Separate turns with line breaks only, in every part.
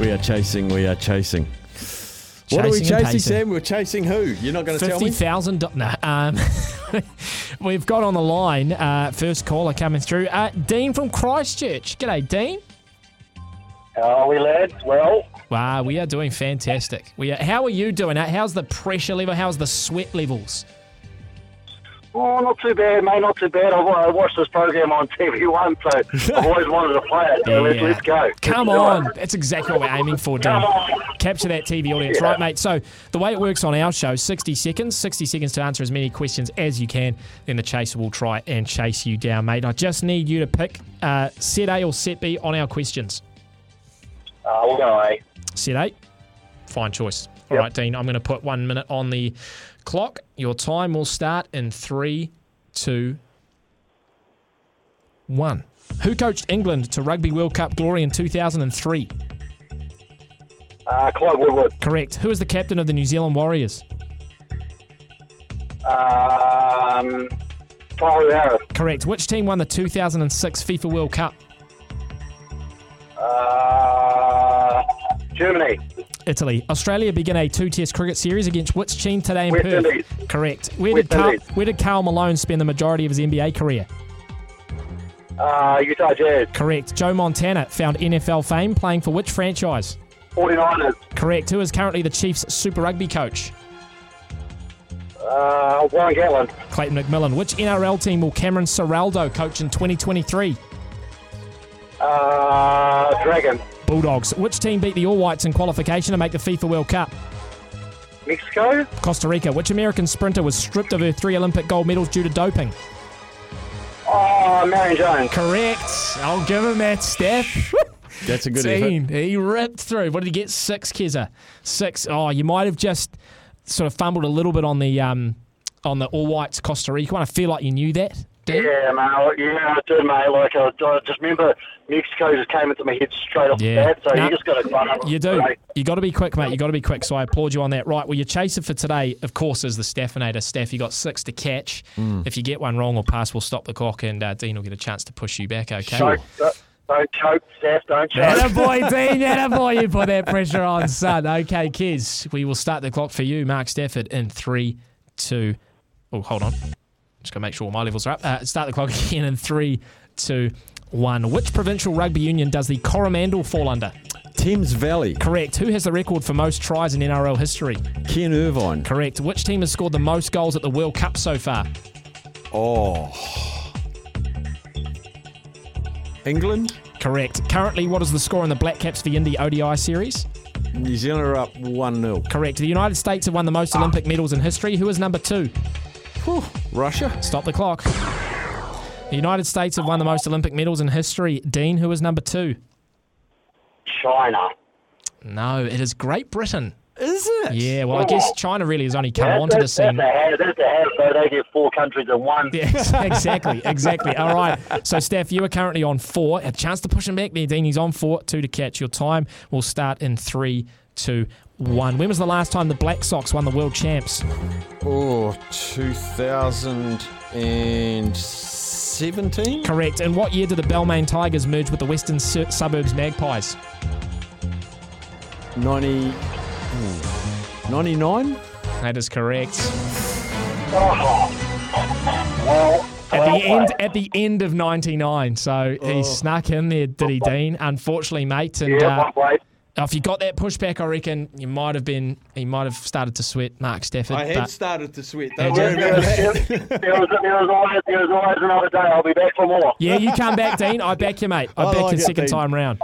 We are chasing, we are chasing. what are we
Chasing
chasing,
and pacing.
Sam? We're chasing who? You're not going to tell
Fifty
me?
thousand. do- No, um, we've got on the line uh, first caller coming through. Uh, Dean from Christchurch. G'day, Dean.
How are we, lads? Well,
Wow, we are doing fantastic. We are. How are you doing? Uh, How's the pressure level? How's the sweat levels?
oh, not too bad, mate. Not too bad. I've, I watched this program on TV One, so I've always wanted to play it. So let's,
Yeah.
let's go.
Come
Let's do
on.
it.
That's exactly what we're aiming for, Dean.
Come on.
Capture that TV audience,
Yeah.
right, mate? So the way it works on our show, 60 seconds, 60 seconds to answer as many questions as you can. Then the chaser will try and chase you down, mate. I just need you to pick uh, set A or set B on our questions.
Uh, we'll go, eh?
Set A, fine choice. All
Yep.
right, Dean, I'm going to put one minute on the clock. Your time will start in three, two, one. Who coached England to Rugby World Cup glory in 2003?
Uh, Clyde Woodward.
Correct. Who is the captain of the New Zealand Warriors?
Um, Tyler Harris.
Correct. Which team won the 2006 FIFA World Cup?
Uh, Germany.
Italy. Australia began a two-test cricket series against which team today in
West
Perth?
Indies.
Correct. Where
West
did Carl,
Indies.
where did Carl Malone spend the majority of his NBA career?
Uh, Utah Jazz.
Correct. Joe Montana found NFL fame playing for which franchise?
49ers.
Correct. Who is currently the Chiefs Super Rugby coach?
Uh, Warren Gatlin.
Clayton McMillan. Which NRL team will Cameron Serraldo coach in 2023?
Uh, Dragon.
Bulldogs. Which team beat the All Whites in qualification to make the FIFA World Cup?
Mexico.
Costa Rica. Which American sprinter was stripped of her three Olympic gold medals due to doping?
Oh, Marion Jones.
Correct. I'll give him that, Steph.
That's a good effort.
Dean, he ripped through. What did he get? Six, Keza. Six. Oh, you might have just sort of fumbled a little bit on the um, on the All Whites Costa Rica. one. I feel like you knew that. Dean.
Yeah, mate. Yeah, I do, mate. Like, I, I just remember Mexico just came into my head straight off
Yeah.
the bat, so
Nah.
you just got to run up.
You do.
Mate.
You got to be quick, mate. You got to be quick. So I applaud you on that. Right. Well, your chaser for today, of course, is the Staffinator. Staff, you got six to catch. If you get one wrong or pass, we'll stop the clock, and uh, Dean will get a chance to push you back. Okay.
Don't, don't choke, Seth. Don't choke.
Attaboy, Dean. Attaboy. You put that pressure on, son. Okay, kids. We will start the clock for you, Mark Stafford, in three, two. Oh, hold on. Just got to make sure all my levels are up. Uh, start the clock again in three, two, one. Which provincial rugby union does the Coromandel fall under?
Thames Valley,
Correct. Who has the record for most tries in NRL history?
Ken Irvine.
Correct. Which team has scored the most goals at the World Cup so far?
Oh. England,
Correct. Currently, what is the score in the Black Caps v Indy ODI series?
New Zealand are up 1 0.
Correct. The United States have won the most Olympic medals in history. Who is number two?
Russia,
Stop the clock. The United States have won the most Olympic medals in history. Dean, who is number two?
China.
No, it is Great Britain.
is it?
Yeah, well, I guess China really has only come
That's-
onto the
that's,
scene.
That's a half, that's a half, so they get four countries in one.
Yeah, ex- exactly, exactly. All right. So, Steph, you are currently on four. A chance to push him back there, Dean. He's on four, two to catch. Your time will start in three, two, one. When was the last time the Black Sox won the World Champs?
Oh, 2017?
Correct. And what year did the Belmain Tigers merge with the Western Sur- Suburbs Magpies?
90, hmm, 99?
That is correct.
Well,
At
well,
the end, at the end of '99, so he snuck in there, did he, Dean? Unfortunately, mate, and
Yeah, one way.
uh, if you got that pushback, I reckon you might have been, he might have started to sweat, Mark Stafford.
I had
but-
started to sweat.
Had
Don't
you?
worry about
There was,
that.
there, was, there, was always, there was always another day. I'll be back for more.
yeah, you come back, Dean. I back you, mate. I,
I
back
like
you
it,
second
Dean.
time round.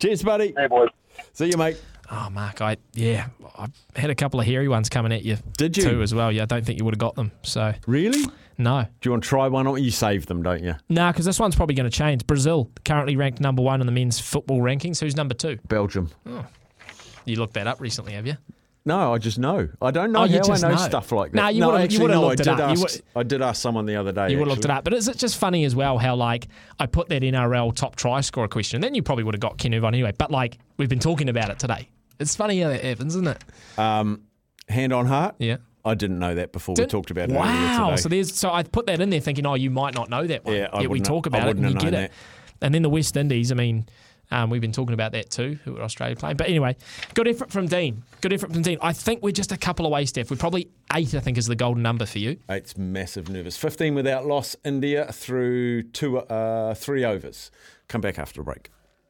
Cheers, buddy.
Hey, boys.
See you, mate.
Oh, Mark, I yeah, I had a couple of hairy ones coming at you.
Did you?
too as well? Yeah, I don't think you would have got them. So
Really?
no,
Do you want to try one? Or you save them, don't you?
nah, because this one's probably going to change. Brazil currently ranked number one in the men's football rankings. Who's number two?
Belgium.
You looked that up recently, have you?
No, I just know. I don't know
Oh,
how
you just
I know,
know.
stuff like that.
No, you
no,
would've- you
actually,
would've
no,
looked
I
it
did
up. You
ask. I did ask someone the other day.
You would have looked it
actually.
up. But is it just funny as well how like I put that NRL top try scorer question, and then you probably would have got Ken Irvine anyway. But like we've been talking about it today. It's funny how that happens, isn't it?
Hand on heart.
Yeah.
I didn't know that before we
Didn't-
talked about it earlier
Wow.
today.
So there's so I put that in there thinking, oh, you might not know that one.
Yeah, I
Yet we
wouldn't-
talk
I
about it and you
wouldn't
get
have known
it. And then the West Indies. I mean, um, we've been talking about that too. Who are Australia playing? But anyway, good effort from Dean. Good effort from Dean. I think we're just a couple away, Steph. We're probably eight. I think is the golden number for you.
It's massive nervous. 15 without loss, India through two, uh, three overs. Come back after the break.